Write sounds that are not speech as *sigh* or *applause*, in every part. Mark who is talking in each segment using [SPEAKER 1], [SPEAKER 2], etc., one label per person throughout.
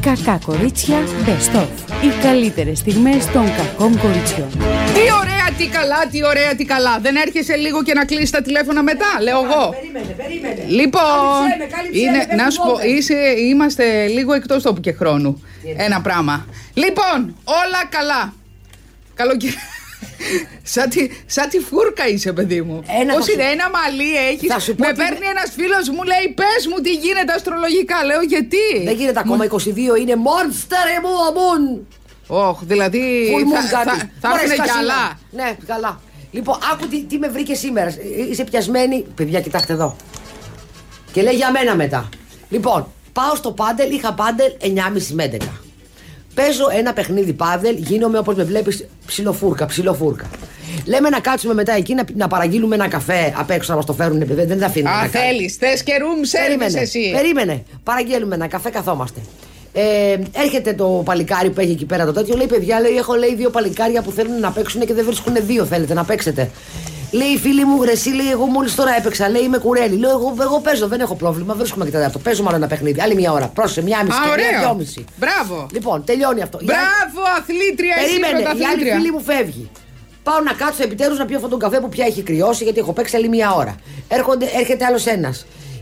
[SPEAKER 1] Κακά κορίτσια Best of. Οι καλύτερες στιγμές των κακών κοριτσιών.
[SPEAKER 2] Τι ωραία, τι καλά, τι ωραία, τι καλά. Δεν έρχεσαι λίγο και να κλείσει τα τηλέφωνα μετά, λέω εγώ.
[SPEAKER 3] Περίμενε, περίμενε.
[SPEAKER 2] Λοιπόν,
[SPEAKER 3] Κάλυψέ με, κάλυψέ με,
[SPEAKER 2] είναι,
[SPEAKER 3] δεν
[SPEAKER 2] να
[SPEAKER 3] μου
[SPEAKER 2] σου πω,
[SPEAKER 3] βόλτες.
[SPEAKER 2] είσαι, είμαστε λίγο εκτός τόπου και χρόνου. Ένα πράγμα. Λοιπόν, όλα καλά. Καλοκαίρι. σαν, τη, σαν τη φούρκα είσαι, παιδί μου.
[SPEAKER 3] Ένα
[SPEAKER 2] Πώς
[SPEAKER 3] θα σου-
[SPEAKER 2] είναι, ένα μαλλί έχεις.
[SPEAKER 3] Θα σου πω
[SPEAKER 2] Με
[SPEAKER 3] ότι
[SPEAKER 2] παίρνει ένας φίλος μου, λέει, πες μου τι γίνεται αστρολογικά. Λέω, γιατί.
[SPEAKER 3] Ε, Δεν γίνεται ακόμα 22, είναι Monster ε, Emu Moon.
[SPEAKER 2] Όχι, δηλαδή.
[SPEAKER 3] Full moon
[SPEAKER 2] Θα,
[SPEAKER 3] κάτι.
[SPEAKER 2] θα, θα
[SPEAKER 3] Μπορείς
[SPEAKER 2] έρθουνε κι
[SPEAKER 3] τα
[SPEAKER 2] άλλα.
[SPEAKER 3] σήμερα. Ναι, καλά. Λοιπόν, άκου τι, τι με βρήκες σήμερα. Ε, Είσαι πιασμένη. Παιδιά, κοιτάξτε εδώ. Και λέει για μένα μετά. Λοιπόν, πάω στο πάντελ, είχα πάντελ 9.30 με 11. Παίζω ένα παιχνίδι πάντελ, γίνομαι όπως με βλέπεις ψιλοφούρκα, ψιλοφούρκα. Λέμε να κάτσουμε μετά εκεί να, να παραγγείλουμε ένα καφέ απ' έξω να μας το φέρουν επειδή δεν τα αφήνουν.
[SPEAKER 2] Α,
[SPEAKER 3] να κάνουμε.
[SPEAKER 2] θέλεις. Θες και room service
[SPEAKER 3] Περίμενε.
[SPEAKER 2] εσύ.
[SPEAKER 3] Περίμενε. Παραγγέλνουμε ένα καφέ, καθόμαστε. Ε, έρχεται το παλικάρι που έχει εκεί πέρα το τέτοιο. Λέει: Παιδιά, λέει, έχω λέει, δύο παλικάρια που θέλουν να παίξουν και δεν βρίσκουν δύο. Θέλετε να παίξετε. Λέει: Φίλοι μου, γρεσί, λέει: Εγώ μόλις τώρα έπαιξα. Λέει: Είμαι κουρέλι. Λέω: Εγώ, εγώ παίζω, δεν έχω πρόβλημα. Βρίσκουμε και τέταρτο. Παίζουμε άλλο ένα παιχνίδι. Άλλη μια ώρα. Πρόσεχε, μια μισή.
[SPEAKER 2] Α,
[SPEAKER 3] και μια
[SPEAKER 2] ωραίο.
[SPEAKER 3] δυόμιση.
[SPEAKER 2] Μπράβο.
[SPEAKER 3] Λοιπόν, τελειώνει αυτό. Η άλλη-
[SPEAKER 2] Μπράβο, αθλήτρια εσύ
[SPEAKER 3] Περίμενε, η άλλη
[SPEAKER 2] πρωταθλήτρια.
[SPEAKER 3] φίλη μου φεύγει. Πάω να κάτσω επιτέλους να πιω αυτόν τον καφέ που πια έχει κρυώσει, γιατί έχω παίξει άλλη μία ώρα. Έρχονται, έρχεται άλλος ένας.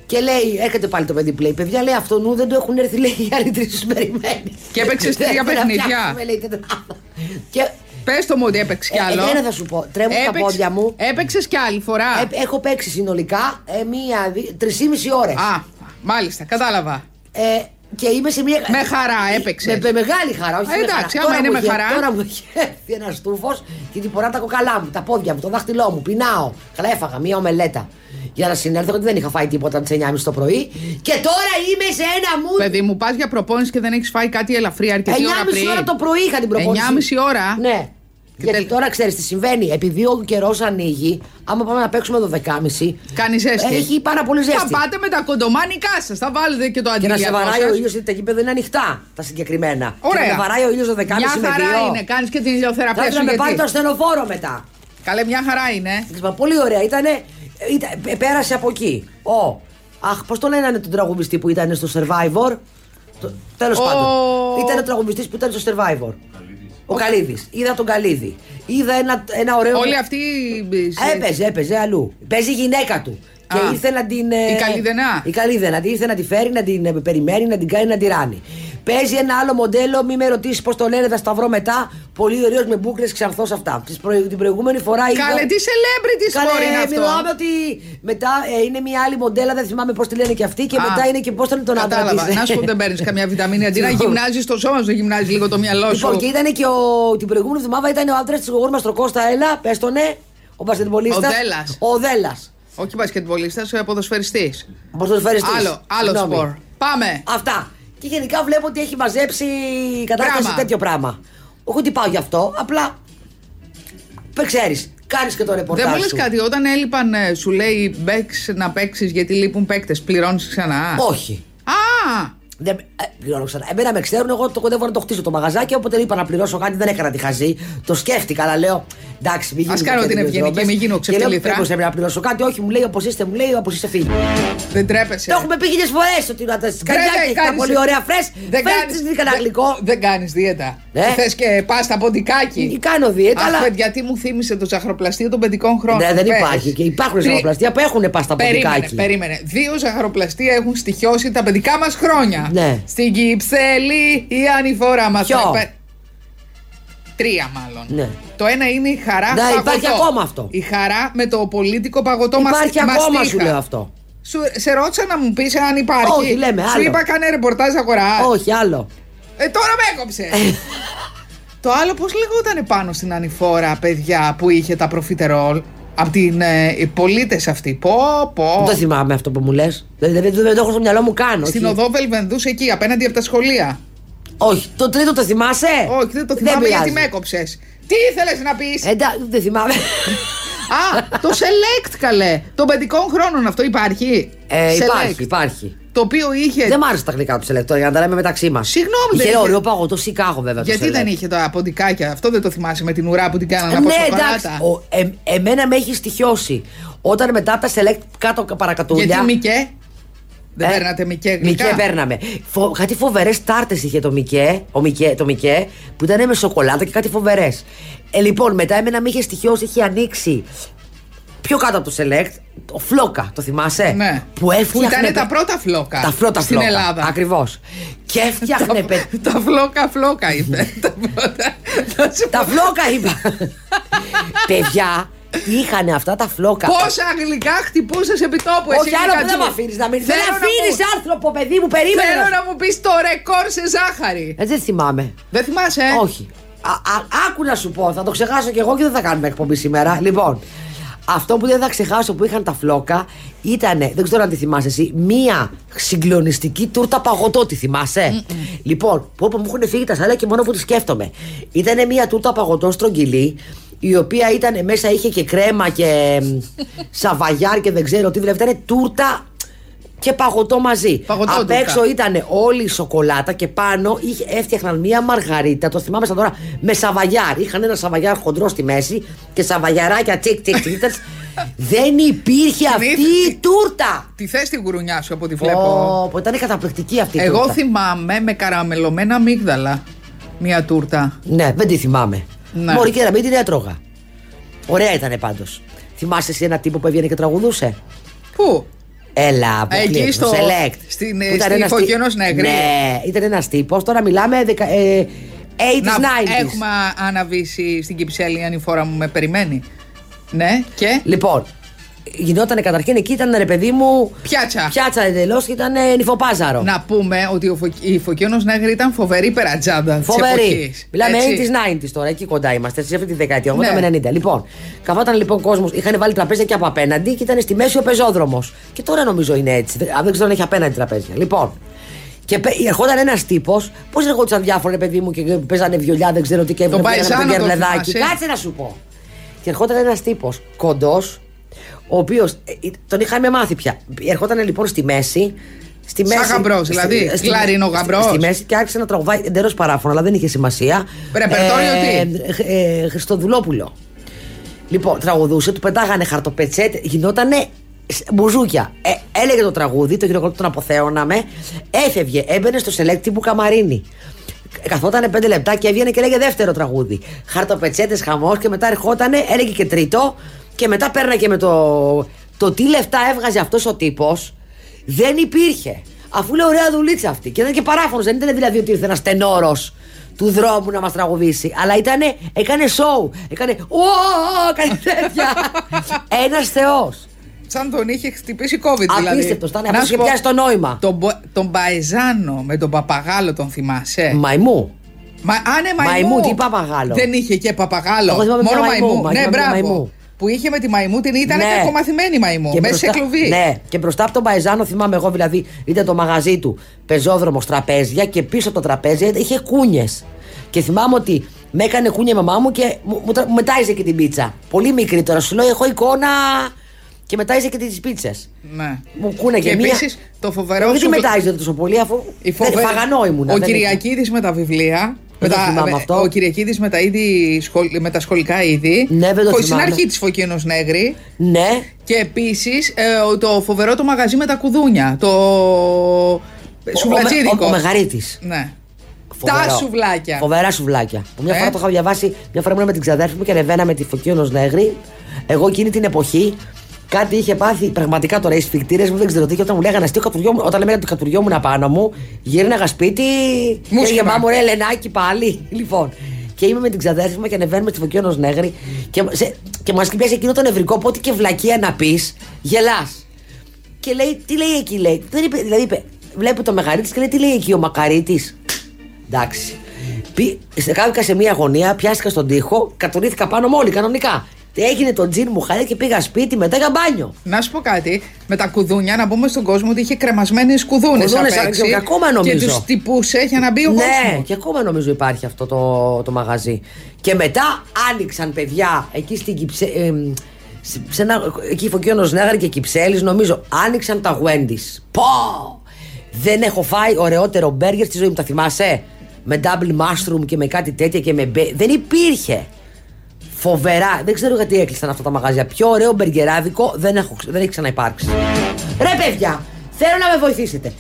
[SPEAKER 3] Και λέει, έρχεται πάλι το παιδί που λέει: Παιδιά, λέει αυτό νου δεν το έχουν έρθει, λέει οι άλλοι τρεις τους περιμένει.
[SPEAKER 2] Και έπαιξες τρία
[SPEAKER 3] Έχουμε να
[SPEAKER 2] παιχνίδια.
[SPEAKER 3] φτιάξουμε, λέει, τετράδα. και
[SPEAKER 2] Πες το μου ότι έπαιξες κι
[SPEAKER 3] Ε,
[SPEAKER 2] άλλο. Ε,
[SPEAKER 3] εμένα θα σου πω, τρέμουν τα πόδια μου.
[SPEAKER 2] Έπαιξες κι άλλη φορά.
[SPEAKER 3] ε, έχω παίξει συνολικά ε, μία, δι- τρισήμιση ώρες.
[SPEAKER 2] Α, μάλιστα, κατάλαβα.
[SPEAKER 3] Ε, και είμαι σε μια.
[SPEAKER 2] Με χαρά έπαιξες.
[SPEAKER 3] Ε, Με, με μεγάλη χαρά, όχι.
[SPEAKER 2] Ε,
[SPEAKER 3] με
[SPEAKER 2] εντάξει,
[SPEAKER 3] χαρά.
[SPEAKER 2] άμα είναι
[SPEAKER 3] μου
[SPEAKER 2] με
[SPEAKER 3] είχε-
[SPEAKER 2] χαρά.
[SPEAKER 3] Τώρα μου έχει έρθει ένας τούφο και την πορά τα κοκαλά μου, τα πόδια μου, το δάχτυλό μου. Πεινάω. Καλά, έφαγα μία ομελέτα. Για να συνέλθω, γιατί δεν είχα φάει τίποτα τι 9.30 το πρωί. Και τώρα είμαι σε ένα μου.
[SPEAKER 2] Παιδί μου, πας για προπόνηση και δεν έχεις φάει κάτι ελαφρύ αρκετή ώρα
[SPEAKER 3] 9.30
[SPEAKER 2] πριν.
[SPEAKER 3] ώρα το πρωί είχα την προπόνηση.
[SPEAKER 2] 9.30 ώρα.
[SPEAKER 3] Ναι.
[SPEAKER 2] Και
[SPEAKER 3] Γιατί
[SPEAKER 2] τελ-
[SPEAKER 3] τώρα ξέρεις τι συμβαίνει. Επειδή ο καιρός ανοίγει, άμα πάμε να παίξουμε το 12.30.
[SPEAKER 2] Κάνει ζέστη.
[SPEAKER 3] Έχει πάρα πολύ
[SPEAKER 2] Θα
[SPEAKER 3] ζέστη.
[SPEAKER 2] πάτε με τα κοντομάνικά σας. Θα βάλετε και το
[SPEAKER 3] Και να σε
[SPEAKER 2] αντίλιακό
[SPEAKER 3] βαράει
[SPEAKER 2] σας.
[SPEAKER 3] ο ήλιος, γιατί τα γήπεδα είναι ανοιχτά τα συγκεκριμένα. Και
[SPEAKER 2] Ωραία.
[SPEAKER 3] να με βαράει ο ήλιος 12.30 με 2.
[SPEAKER 2] Μια χαρά είναι. Κάνεις και την
[SPEAKER 3] Θα
[SPEAKER 2] ηλιοθεραπεία
[SPEAKER 3] ήθελα
[SPEAKER 2] σου.
[SPEAKER 3] να με πάρει το
[SPEAKER 2] Γιατί.
[SPEAKER 3] ασθενοφόρο μετά.
[SPEAKER 2] Καλέ, μια χαρά είναι.
[SPEAKER 3] Της είπα, Πολύ ωραία. Ήτανε, ήταν, ε, πέρασε από εκεί. Ο. Αχ, πώς το λένε τον τραγουδιστή που ήταν στο Survivor. Τέλο
[SPEAKER 2] Ο-
[SPEAKER 3] πάντων. Ήταν ο τραγουδιστής που ήταν στο Survivor. Ο Καλίδη. Είδα τον Καλίδη. Είδα ένα, ένα ωραίο.
[SPEAKER 2] Όλοι αυτοί.
[SPEAKER 3] Ε, Έπαιζε, έπαιζε αλλού. Παίζει η γυναίκα του. Και
[SPEAKER 2] Α.
[SPEAKER 3] ήρθε να την. ε,
[SPEAKER 2] Η Καλίδενα.
[SPEAKER 3] Η Καλίδενα. Τι Ήρθε να τη φέρει, να την ε, περιμένει, να την κάνει να τη ράνει. Παίζει ένα άλλο μοντέλο, μη με ρωτήσεις πώς το λένε, θα σταυρώ μετά. Πολύ ωραίος με μπούκλε, ξανθό αυτά. Τις προε- Την προηγούμενη φορά είδα.
[SPEAKER 2] Καλέ, τι celebrity sport είναι αυτό.
[SPEAKER 3] ε, μιλάμε ότι μετά ε, είναι μια άλλη μοντέλα, δεν θυμάμαι πώς τη λένε και αυτή και
[SPEAKER 2] Α.
[SPEAKER 3] μετά είναι και πώς τον τον άντρα
[SPEAKER 2] Κατάλαβα.
[SPEAKER 3] της.
[SPEAKER 2] Να σου πω
[SPEAKER 3] *laughs*
[SPEAKER 2] δεν παίρνεις καμιά βιταμίνη αντί να
[SPEAKER 3] Λοιπόν.
[SPEAKER 2] γυμνάζεις το σώμα σου, γυμνάζεις λίγο το μυαλό σου.
[SPEAKER 3] Λοιπόν, και ήταν και ο, την προηγούμενη εβδομάδα ήταν ο άντρας της γογόρ μα Τροκώστα Έλα, πες τον ναι, ο μπασκετμπολίστας.
[SPEAKER 2] Ο Δέλλας.
[SPEAKER 3] Ο Δέλλας.
[SPEAKER 2] Όχι μπασκετμπολίστας, ο ποδοσφαιριστής.
[SPEAKER 3] Ποδοσφαιριστής.
[SPEAKER 2] Άλλο, άλλο
[SPEAKER 3] Συγγνώμη.
[SPEAKER 2] σπορ. Πάμε.
[SPEAKER 3] Αυτά. Και γενικά βλέπω ότι έχει μαζέψει η κατάσταση
[SPEAKER 2] Πράγμα.
[SPEAKER 3] τέτοιο πράγμα. Όχι ότι πάω γι' αυτό, απλά. ξέρεις, κάνεις και το ρεπορτάζ.
[SPEAKER 2] Δεν μου λες
[SPEAKER 3] σου.
[SPEAKER 2] κάτι, όταν έλειπαν, ε, σου λέει μπέξ να παίξεις γιατί λείπουν παίκτες, πληρώνεις ξανά.
[SPEAKER 3] Όχι.
[SPEAKER 2] Α!
[SPEAKER 3] Δεν, ε, πληρώνω ξανά. Εμένα με ξέρουν, εγώ το κοντεύω να το χτίσω το μαγαζάκι, οπότε είπα να πληρώσω κάτι, δεν έκανα τη χαζή. Το σκέφτηκα, αλλά λέω. Εντάξει, μην
[SPEAKER 2] Ας
[SPEAKER 3] γίνω.
[SPEAKER 2] κάνω την ευγενική, μην γίνω ξεφτυλίθρα.
[SPEAKER 3] Δεν πρέπει να πληρώσω κάτι, όχι, μου λέει όπως είστε, μου λέει όπως είστε φίλοι.
[SPEAKER 2] Δεν τρέπεσαι.
[SPEAKER 3] Το έχουμε πει χίλιες φορές ότι να τα
[SPEAKER 2] Βρε,
[SPEAKER 3] σκαλιά
[SPEAKER 2] δεν
[SPEAKER 3] και τα
[SPEAKER 2] κάνεις-
[SPEAKER 3] πολύ ωραία φρες.
[SPEAKER 2] Δεν
[SPEAKER 3] Φέρνεις
[SPEAKER 2] κάνεις-
[SPEAKER 3] τη κανένα
[SPEAKER 2] δεν-
[SPEAKER 3] γλυκό.
[SPEAKER 2] Δεν κάνεις δίαιτα.
[SPEAKER 3] Ε.
[SPEAKER 2] Θες και πάστα ποντικάκι.
[SPEAKER 3] Κάνω δίαιτα,
[SPEAKER 2] Αχ,
[SPEAKER 3] αλλά.
[SPEAKER 2] παιδιά, τι μου θύμισε το ζαχαροπλαστείο των παιδικών χρόνων.
[SPEAKER 3] Ε, Ναι, δεν
[SPEAKER 2] Πες.
[SPEAKER 3] υπάρχει. Και υπάρχουν
[SPEAKER 2] Τρι-
[SPEAKER 3] ζαχαροπλαστεία που έχουν πάστα
[SPEAKER 2] Περίμενε,
[SPEAKER 3] ποντικάκι.
[SPEAKER 2] περίμενε. Δύο ζαχαροπλαστεία έχουν στοιχειώσει τα παιδικά μας χρόνια.
[SPEAKER 3] Ναι.
[SPEAKER 2] Στην Κυψέλη η ανηφόρα μας.
[SPEAKER 3] Ποιο?
[SPEAKER 2] Τρία μάλλον.
[SPEAKER 3] Ναι.
[SPEAKER 2] Το ένα είναι η χαρά
[SPEAKER 3] Ναι,
[SPEAKER 2] παγωτό.
[SPEAKER 3] υπάρχει ακόμα αυτό.
[SPEAKER 2] Η χαρά με το πολίτικο παγωτό μας.
[SPEAKER 3] Υπάρχει ακόμα, σου λέω αυτό.
[SPEAKER 2] Σου, σε ρώτησα να μου πεις αν υπάρχει.
[SPEAKER 3] Όχι, λέμε,
[SPEAKER 2] Σου
[SPEAKER 3] άλλο.
[SPEAKER 2] είπα κάνε ρεπορτάζ αγορά.
[SPEAKER 3] Όχι, Ε. άλλο.
[SPEAKER 2] Ε, τώρα με έκοψε. το άλλο πώς λεγόταν πάνω στην ανηφόρα, παιδιά, που είχε τα προφιτερόλ. Από την ε, οι πολίτες αυτοί. Πω, πω.
[SPEAKER 3] Δεν το θυμάμαι αυτό που μου λες. Δεν δεν- δεν- δεν το έχω στο μυαλό μου καν.
[SPEAKER 2] Στην
[SPEAKER 3] όχι.
[SPEAKER 2] οδό Βελβενδούς εκεί, απέναντι από τα σχολεία.
[SPEAKER 3] Όχι, το τρίτο το θυμάσαι.
[SPEAKER 2] Όχι, δεν το θυμάμαι
[SPEAKER 3] Ε, πειράζει. Ε,
[SPEAKER 2] γιατί με έκοψες. Τι ήθελες να πεις.
[SPEAKER 3] Εντάξει, δεν θυμάμαι.
[SPEAKER 2] *laughs* Α, το select καλέ. Των παιδικών χρόνων αυτό υπάρχει.
[SPEAKER 3] Ε,
[SPEAKER 2] Select.
[SPEAKER 3] υπάρχει, υπάρχει.
[SPEAKER 2] Το οποίο είχε.
[SPEAKER 3] Δεν μ' άρεσε τα γλυκά του Σελέκτ, τώρα για να τα λέμε μεταξύ μας.
[SPEAKER 2] Ε. Συγγνώμη, δεν
[SPEAKER 3] είχε.
[SPEAKER 2] είχε.
[SPEAKER 3] ωραίο παγωτό Σικάγο, βέβαια. το
[SPEAKER 2] Γιατί
[SPEAKER 3] Select.
[SPEAKER 2] δεν είχε τα ποντικάκια, αυτό δεν το θυμάσαι με την ουρά που την κάνανε από
[SPEAKER 3] Ναι, εντάξει.
[SPEAKER 2] σοκολάτα.
[SPEAKER 3] Ο, ε, εμένα με έχει στοιχειώσει. Όταν μετά από τα Select κάτω παρακατούλια.
[SPEAKER 2] Γιατί μήκε.
[SPEAKER 3] Ε,
[SPEAKER 2] Δεν παίρνατε Μικέ γλυκά.
[SPEAKER 3] Μικέ παίρναμε. Φο... Κάτι φοβερές τάρτες είχε το Μικέ, ο Μικέ, το Μικέ, που ήταν με σοκολάτα και κάτι φοβερές. Ε, λοιπόν, μετά εμένα με είχε στοιχειώσει, είχε ανοίξει πιο κάτω από το Select, το Φλόκα, το θυμάσαι.
[SPEAKER 2] Ναι.
[SPEAKER 3] Που έφτιαχνε.
[SPEAKER 2] ήταν
[SPEAKER 3] πε-
[SPEAKER 2] τα πρώτα φλόκα.
[SPEAKER 3] Τα πρώτα
[SPEAKER 2] στην
[SPEAKER 3] φλόκα.
[SPEAKER 2] Ελλάδα.
[SPEAKER 3] Ακριβώς. Και έφτιαχνε. πε-
[SPEAKER 2] Τα, τα φλόκα, φλόκα
[SPEAKER 3] *laughs*
[SPEAKER 2] είπε. τα πρώτα. Θα σου
[SPEAKER 3] τα φλόκα είπα. Παιδιά, είχαν αυτά τα φλόκα.
[SPEAKER 2] Πόσα γλυκά χτυπούσες επί τόπου, εσύ
[SPEAKER 3] Όχι, άλλο που δεν
[SPEAKER 2] Μικατσού.
[SPEAKER 3] με αφήνεις να μην. Δεν
[SPEAKER 2] Θέλω να
[SPEAKER 3] αφήνεις
[SPEAKER 2] μου-
[SPEAKER 3] άνθρωπο, παιδί μου, περίμενε.
[SPEAKER 2] Θέλω να μου πεις το ρεκόρ σε ζάχαρη.
[SPEAKER 3] Ε, δεν θυμάμαι.
[SPEAKER 2] Δεν θυμάσαι, ε?
[SPEAKER 3] Όχι. Α, α- άκου να σου πω, θα το ξεχάσω κι εγώ και δεν θα κάνουμε εκπομπή σήμερα. Λοιπόν, αυτό που δεν θα ξεχάσω που είχαν τα φλόκα ήταν, δεν ξέρω αν τη θυμάσαι εσύ, μία συγκλονιστική τούρτα παγωτό. Τη θυμάσαι. Λοιπόν, που όπου μου έχουν φύγει τα σάλια και μόνο που τη σκέφτομαι. Ήταν μία τούρτα παγωτό στρογγυλή, η οποία ήταν μέσα είχε και κρέμα και μ,
[SPEAKER 2] *laughs*
[SPEAKER 3] σαβαγιάρ και δεν ξέρω τι. Δηλαδή ήταν τούρτα και παγωτό μαζί.
[SPEAKER 2] Παγωτό
[SPEAKER 3] Απ'
[SPEAKER 2] τούρτα.
[SPEAKER 3] έξω ήταν όλη η σοκολάτα και πάνω είχε, έφτιαχναν μία μαργαρίτα, το θυμάμαι σαν τώρα, με σαβαγιάρ. Είχαν ένα σαβαγιάρ χοντρό στη μέση και σαβαγιαράκια τσικ τσικ τσικ. ήταν- Δεν υπήρχε αυτή η τούρτα.
[SPEAKER 2] Τη θες την γουρουνιά σου από ό,τι βλέπω.
[SPEAKER 3] Πω, πω, ήταν καταπληκτική αυτή η
[SPEAKER 2] Εγώ
[SPEAKER 3] τούρτα.
[SPEAKER 2] θυμάμαι με καραμελωμένα αμύγδαλα μία τούρτα.
[SPEAKER 3] Ναι, δεν τη θυμάμαι.
[SPEAKER 2] Ναι.
[SPEAKER 3] Μωρή και να μην την έτρωγα. Ωραία ήταν πάντως. Θυμάσαι εσύ ένα τύπο που έβγαινε και τραγουδούσε.
[SPEAKER 2] Πού?
[SPEAKER 3] Έλα, από
[SPEAKER 2] Εκεί στο-
[SPEAKER 3] Select.
[SPEAKER 2] στην-
[SPEAKER 3] Που
[SPEAKER 2] ε,
[SPEAKER 3] ήταν
[SPEAKER 2] στη
[SPEAKER 3] ένας τυ-
[SPEAKER 2] Φωκίωνος Νεγρή.
[SPEAKER 3] Ναι, ήταν ένας τύπος. Τώρα μιλάμε. Δεκα... Ε, 80s,
[SPEAKER 2] Να
[SPEAKER 3] 90s.
[SPEAKER 2] έχουμε αναβήσει στην Κυψέλη αν η φόρα μου με περιμένει. Ναι, και.
[SPEAKER 3] Λοιπόν, γινότανε καταρχήν εκεί, ήταν ρε παιδί μου.
[SPEAKER 2] Πιάτσα.
[SPEAKER 3] Πιάτσα εντελώς και ήταν ε, νυφοπάζαρο.
[SPEAKER 2] Να πούμε ότι ο Φωκ- η Φωκίωνος Νέγρη ήταν φοβερή περατζάντα της
[SPEAKER 3] Φοβερή.
[SPEAKER 2] εποχής.
[SPEAKER 3] Μιλάμε ε,
[SPEAKER 2] Έτσι.
[SPEAKER 3] 80s, 90s τώρα, εκεί κοντά είμαστε, σε αυτή τη δεκαετία, 80
[SPEAKER 2] Ναι.
[SPEAKER 3] με 90. Λοιπόν, καθόταν λοιπόν κόσμος, είχαν βάλει τραπέζια και από απέναντι και ήταν στη μέση ο πεζόδρομος. Και τώρα νομίζω είναι έτσι. Δεν, α, δεν ξέρω αν έχει απέναντι τραπέζια. Λοιπόν, και πε- ερχόταν ένας τύπος, πώς ερχόντουσαν διάφορα ρε παιδί μου και παίζανε βιολιά, δεν ξέρω τι και
[SPEAKER 2] Το
[SPEAKER 3] έβγαινε με τον
[SPEAKER 2] Παϊζάνο το
[SPEAKER 3] γερνεδάκι.
[SPEAKER 2] θυμάσαι.
[SPEAKER 3] Κάτσε να σου πω. Και ερχόταν ένας τύπος κοντός, ο οποίος τον είχαμε μάθει πια. Ερχόταν λοιπόν στη μέση. Στη
[SPEAKER 2] Σαν
[SPEAKER 3] μέση,
[SPEAKER 2] γαμπρός, δηλαδή, κλαρινογαμπρός.
[SPEAKER 3] στη- στη μέση και άρχισε να τραγουδάει εντελώς παράφωνο, αλλά δεν είχε σημασία.
[SPEAKER 2] Ρεπερτόριο
[SPEAKER 3] τι. Ε, Χριστοδουλόπουλο. Λοιπόν, τραγουδούσε, του πετάγανε χαρτοπετσέτ, γινότανε σ- μπουζούκια. Ε, έλεγε το τραγούδι, το γυροκόλπο τον αποθέωναμε, έφευγε, έμπαινε στο σελέκτη που καμαρίνι. Καθότανε πέντε λεπτά και έβγαινε και έλεγε δεύτερο τραγούδι. Χαρτοπετσέτες, χαμός και μετά ερχότανε, έλεγε και τρίτο και μετά πέρναγε με το. Το τι λεφτά έβγαζε αυτός ο τύπος δεν υπήρχε. Αφού λέει ωραία δουλίτσα αυτή. Και ήταν και παράφωνος, δεν ήταν δηλαδή ότι ήρθε ένας τενόρος του δρόμου να μας τραγουδήσει. Αλλά ήταν, έκανε σοου. Έκανε. Ω, έκανε τέτοια.
[SPEAKER 2] *laughs*
[SPEAKER 3] ένας θεός.
[SPEAKER 2] Σαν τον είχε χτυπήσει COVID δηλαδή.
[SPEAKER 3] Απίστευτος ήταν,
[SPEAKER 2] Να
[SPEAKER 3] αυτός
[SPEAKER 2] σου
[SPEAKER 3] είχε
[SPEAKER 2] πω,
[SPEAKER 3] πιάσει το νόημα.
[SPEAKER 2] Τον, Μπο- τον Μπαεζάνο με τον Παπαγάλο τον θυμάσαι.
[SPEAKER 3] Μαϊμού.
[SPEAKER 2] Μα, α, ναι, μαϊμού.
[SPEAKER 3] Μαϊμού, τι παπαγάλο.
[SPEAKER 2] Δεν είχε και παπαγάλο.
[SPEAKER 3] Εγώ θυμάμαι
[SPEAKER 2] Μόνο
[SPEAKER 3] μια
[SPEAKER 2] μαϊμού.
[SPEAKER 3] μαϊμού, μα,
[SPEAKER 2] Ναι,
[SPEAKER 3] θυμάμαι μια
[SPEAKER 2] μπράβο.
[SPEAKER 3] μαϊμού.
[SPEAKER 2] Που είχε με τη μαϊμού την ήταν ναι. κακομαθημένη μαϊμού.
[SPEAKER 3] Και
[SPEAKER 2] μέσα σε κλουβί.
[SPEAKER 3] Ναι, και μπροστά από τον Παϊζάνο, θυμάμαι εγώ δηλαδή, ήταν το μαγαζί του πεζόδρομο τραπέζια και πίσω από το τραπέζι είχε κούνιες. Και θυμάμαι ότι με έκανε κούνια η μαμά μου και μου, μου, τρα- μου μετάιζε και την πίτσα. Πολύ μικρή τώρα, σου λέω, έχω εικόνα. Και μετάιζε και τις πίτσες.
[SPEAKER 2] Ναι.
[SPEAKER 3] Μου κούνε και,
[SPEAKER 2] Και
[SPEAKER 3] μία.
[SPEAKER 2] επίσης, το φοβερό
[SPEAKER 3] Γιατί
[SPEAKER 2] σου-
[SPEAKER 3] μετάιζε τόσο πολύ, αφού.
[SPEAKER 2] Η
[SPEAKER 3] δεν
[SPEAKER 2] φοβερή-
[SPEAKER 3] φαγανό ήμουν.
[SPEAKER 2] Ο Κυριακίδης με τα βιβλία.
[SPEAKER 3] Δεν το θυμάμαι αυτό.
[SPEAKER 2] Ο Κυριακίδης με, τα είδη σχολ- με τα σχολικά είδη.
[SPEAKER 3] Ναι, δεν το
[SPEAKER 2] χωρίς
[SPEAKER 3] θυμάμαι.
[SPEAKER 2] Στην αρχή της Φωκίνος Νέγρη.
[SPEAKER 3] Ναι,
[SPEAKER 2] Και επίσης το φοβερό το μαγαζί με τα κουδούνια. Το.
[SPEAKER 3] Ο,
[SPEAKER 2] Σουβλατζίδικο.
[SPEAKER 3] ο, ο Μεγαρίτης.
[SPEAKER 2] Ναι.
[SPEAKER 3] Φοβερό.
[SPEAKER 2] Τα σουβλάκια.
[SPEAKER 3] Φοβερά σουβλάκια. Που μια
[SPEAKER 2] Ε.
[SPEAKER 3] φορά το είχα διαβάσει, μια φορά ήμουν με την ξαδέρφη μου και ανεβαίναμε τη Φωκίωνο Νέγρη. Εγώ εκείνη την εποχή κάτι είχε πάθει πραγματικά τώρα οι σφιχτήρες μου, δεν ξέρω τι. Και όταν μου λέγανε αστείο, κατουριόμουν, όταν λέγανε το κατουριόμουν απάνω μου, γύρναγα σπίτι.
[SPEAKER 2] Μου
[SPEAKER 3] και έλεγε
[SPEAKER 2] σχήμα.
[SPEAKER 3] μάμου ρε Ελενάκη πάλι. Λοιπόν. Και είμαι με την ξαδέρφη μου και ανεβαίνουμε στη Φωκίωνο Νέγρη. Και, σε, και μας πιάσει εκείνο το νευρικό, που ό,τι και βλακεία να πεις, γελάς. Και λέει, τι λέει εκεί, λέει. Δεν είπε, δηλαδή είπε, βλέπει το μεγαρίτης και λέει, τι λέει εκεί ο μακαρίτης. Εντάξει. Πι, σε κάθηκα σε μία γωνία, πιάστηκα στον τοίχο, κατονήθηκα πάνω μόλι κανονικά. Έγινε το τζιν μου χάρη και πήγα σπίτι μετά για μπάνιο.
[SPEAKER 2] Να σου πω κάτι, με τα κουδούνια να πούμε στον κόσμο ότι είχε κρεμασμένες κουδούνες.
[SPEAKER 3] Κουδούνες, και ακόμα νομίζω.
[SPEAKER 2] Και τους τυπούσε για να μπει ο
[SPEAKER 3] Ναι,
[SPEAKER 2] κόσμος.
[SPEAKER 3] και ακόμα νομίζω υπάρχει αυτό το, το μαγαζί. Και μετά άνοιξαν παιδιά εκεί στην Κυψέ. ε, μ, σε- σε ένα, εκεί Φωκίωνος Νέγαρη και Κυψέλης νομίζω άνοιξαν τα Wendy's Πω! Δεν έχω φάει ωραιότερο μπέργκερ στη ζωή μου, τα θυμάσαι Με double mushroom και με κάτι τέτοια και με μπε... Δεν υπήρχε Φοβερά, δεν ξέρω γιατί έκλεισαν αυτά τα μαγαζιά Πιο ωραίο μπεργκεράδικο δεν, έχω, ξε- δεν έχει ξαναυπάρξει Ρε παιδιά, Θέλω να με βοηθήσετε.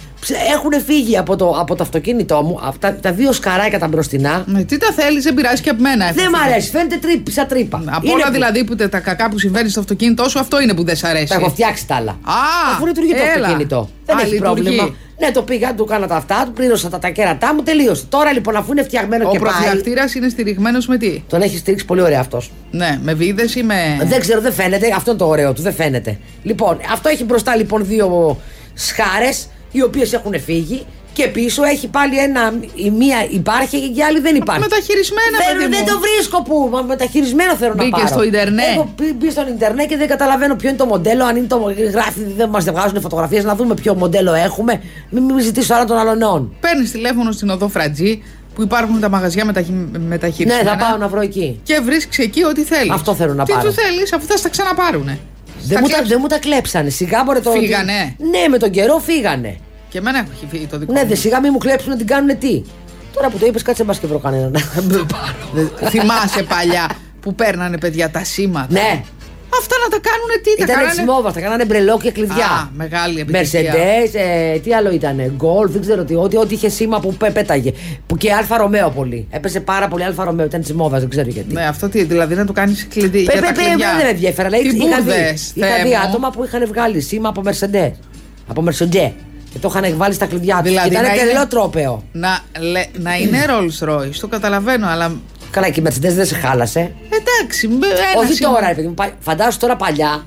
[SPEAKER 3] Έχουν φύγει από το, από το αυτοκίνητό μου αυτά, τα δύο σκαράκια τα μπροστινά.
[SPEAKER 2] Ναι, τι τα θέλεις, δεν πειράζει και από μένα.
[SPEAKER 3] Δεν μ' αρέσει, φαίνεται τρύπ, σαν τρύπα.
[SPEAKER 2] Από
[SPEAKER 3] Είναι
[SPEAKER 2] όλα
[SPEAKER 3] που-
[SPEAKER 2] δηλαδή που τε- τα κακά που συμβαίνει στο αυτοκίνητό σου, αυτό είναι που δεν σ' αρέσει.
[SPEAKER 3] Τα έχω φτιάξει τα άλλα.
[SPEAKER 2] Α,
[SPEAKER 3] Αφού λειτουργεί το
[SPEAKER 2] έλα.
[SPEAKER 3] αυτοκίνητο. Δεν
[SPEAKER 2] Α,
[SPEAKER 3] έχει
[SPEAKER 2] λειτουργεί.
[SPEAKER 3] πρόβλημα. Ναι, το πήγα, του κάνα τα αυτά, του πλήρωσα τα, τα κέρατά μου, τελείωσε. Τώρα λοιπόν, αφού είναι φτιαγμένο
[SPEAKER 2] Ο
[SPEAKER 3] και πάει.
[SPEAKER 2] προφυλακτήρα είναι στηριγμένος με τι.
[SPEAKER 3] Τον έχει στηρίξει πολύ ωραία αυτός.
[SPEAKER 2] Ναι, με βίδες ή με.
[SPEAKER 3] Δεν ξέρω, δεν φαίνεται. Αυτό είναι το ωραίο του, δεν φαίνεται. Λοιπόν, αυτό έχει μπροστά λοιπόν δύο σχάρες, οι οποίες έχουν φύγει. Και πίσω έχει πάλι ένα. Η μία υπάρχει και η άλλη δεν υπάρχει.
[SPEAKER 2] Μεταχειρισμένα,
[SPEAKER 3] Θέλω-
[SPEAKER 2] παιδί
[SPEAKER 3] δεν
[SPEAKER 2] μου.
[SPEAKER 3] το βρίσκω που. μα Μεταχειρισμένο θέλω να
[SPEAKER 2] Μπήκε
[SPEAKER 3] πάρω.
[SPEAKER 2] στο ίντερνετ.
[SPEAKER 3] Έχω μπει- μπει στο Ιντερνετ και δεν καταλαβαίνω ποιο είναι το μοντέλο. Αν είναι το. Γράφει, δεν μας βγάζουν φωτογραφίες, να δούμε ποιο μοντέλο έχουμε. Μην μη ζητήσω άρα των άλλων νέων.
[SPEAKER 2] Παίρνεις τηλέφωνο στην οδό Φρατζή που υπάρχουν τα μαγαζιά μεταχει...
[SPEAKER 3] Ναι,
[SPEAKER 2] μεταχειρισμένα.
[SPEAKER 3] θα πάω να βρω εκεί.
[SPEAKER 2] Και βρίσκεις εκεί ό,τι θέλεις.
[SPEAKER 3] Αυτό θέλω να
[SPEAKER 2] τι
[SPEAKER 3] πάρω.
[SPEAKER 2] Τι του θέλεις, αφού θα στα ξαναπάρουνε.
[SPEAKER 3] Δεν
[SPEAKER 2] Στα
[SPEAKER 3] μου, τα,
[SPEAKER 2] κλέψ-
[SPEAKER 3] δεν μου τα κλέψανε. Σιγά μπορεί το.
[SPEAKER 2] Φύγανε.
[SPEAKER 3] Ναι, με τον καιρό φύγανε.
[SPEAKER 2] Και εμένα έχει φύγει το δικό
[SPEAKER 3] Ναι,
[SPEAKER 2] μου.
[SPEAKER 3] δε σιγά μην μου κλέψουν την κάνουν τι. Τώρα που το είπες, κάτσε μπα και βρω
[SPEAKER 2] *laughs*
[SPEAKER 3] κανέναν.
[SPEAKER 2] Δε- Θυμάσαι παλιά που παίρνανε παιδιά τα σήματα.
[SPEAKER 3] ναι,
[SPEAKER 2] Αυτά να τα κάνουν τι, τα
[SPEAKER 3] ήταν
[SPEAKER 2] κάνανε.
[SPEAKER 3] εξημόβαστα, κάνανε μπρελό και κλειδιά.
[SPEAKER 2] Α, μεγάλη επιτυχία.
[SPEAKER 3] Mercedes, ε, τι άλλο ήταν, Γκολ, δεν ξέρω τι, ό,τι, ό,τι είχε σήμα που πέ- πέταγε. Που και Αλφα Ρωμαίο πολύ. Έπεσε πάρα πολύ Αλφα Ρωμαίο, ήταν τσιμόβα, δεν ξέρω γιατί.
[SPEAKER 2] Ναι, αυτό τι, δηλαδή να το κάνεις κλειδί.
[SPEAKER 3] Πε,
[SPEAKER 2] για
[SPEAKER 3] πε,
[SPEAKER 2] τα
[SPEAKER 3] πε,
[SPEAKER 2] κλειδιά.
[SPEAKER 3] εμένα δεν με ενδιαφέρει, αλλά
[SPEAKER 2] Τι
[SPEAKER 3] είχα, είχα δει,
[SPEAKER 2] μπουρδες,
[SPEAKER 3] είχα
[SPEAKER 2] Θεέ
[SPEAKER 3] δει
[SPEAKER 2] μου.
[SPEAKER 3] άτομα που είχαν βγάλει σήμα από Mercedes. Από Mercedes. Και το είχαν βάλει στα κλειδιά τους.
[SPEAKER 2] Δηλαδή
[SPEAKER 3] ήταν
[SPEAKER 2] να είναι-
[SPEAKER 3] τρελό τρόπαιο.
[SPEAKER 2] Να, λε, να είναι Rolls Royce, το καταλαβαίνω, αλλά
[SPEAKER 3] Καλά, και η Mercedes δεν σε χάλασε.
[SPEAKER 2] εντάξει. μπε- ένας
[SPEAKER 3] Όχι
[SPEAKER 2] σήμα.
[SPEAKER 3] τώρα, ρε παιδί μου. Πα- Φαντάσου τώρα παλιά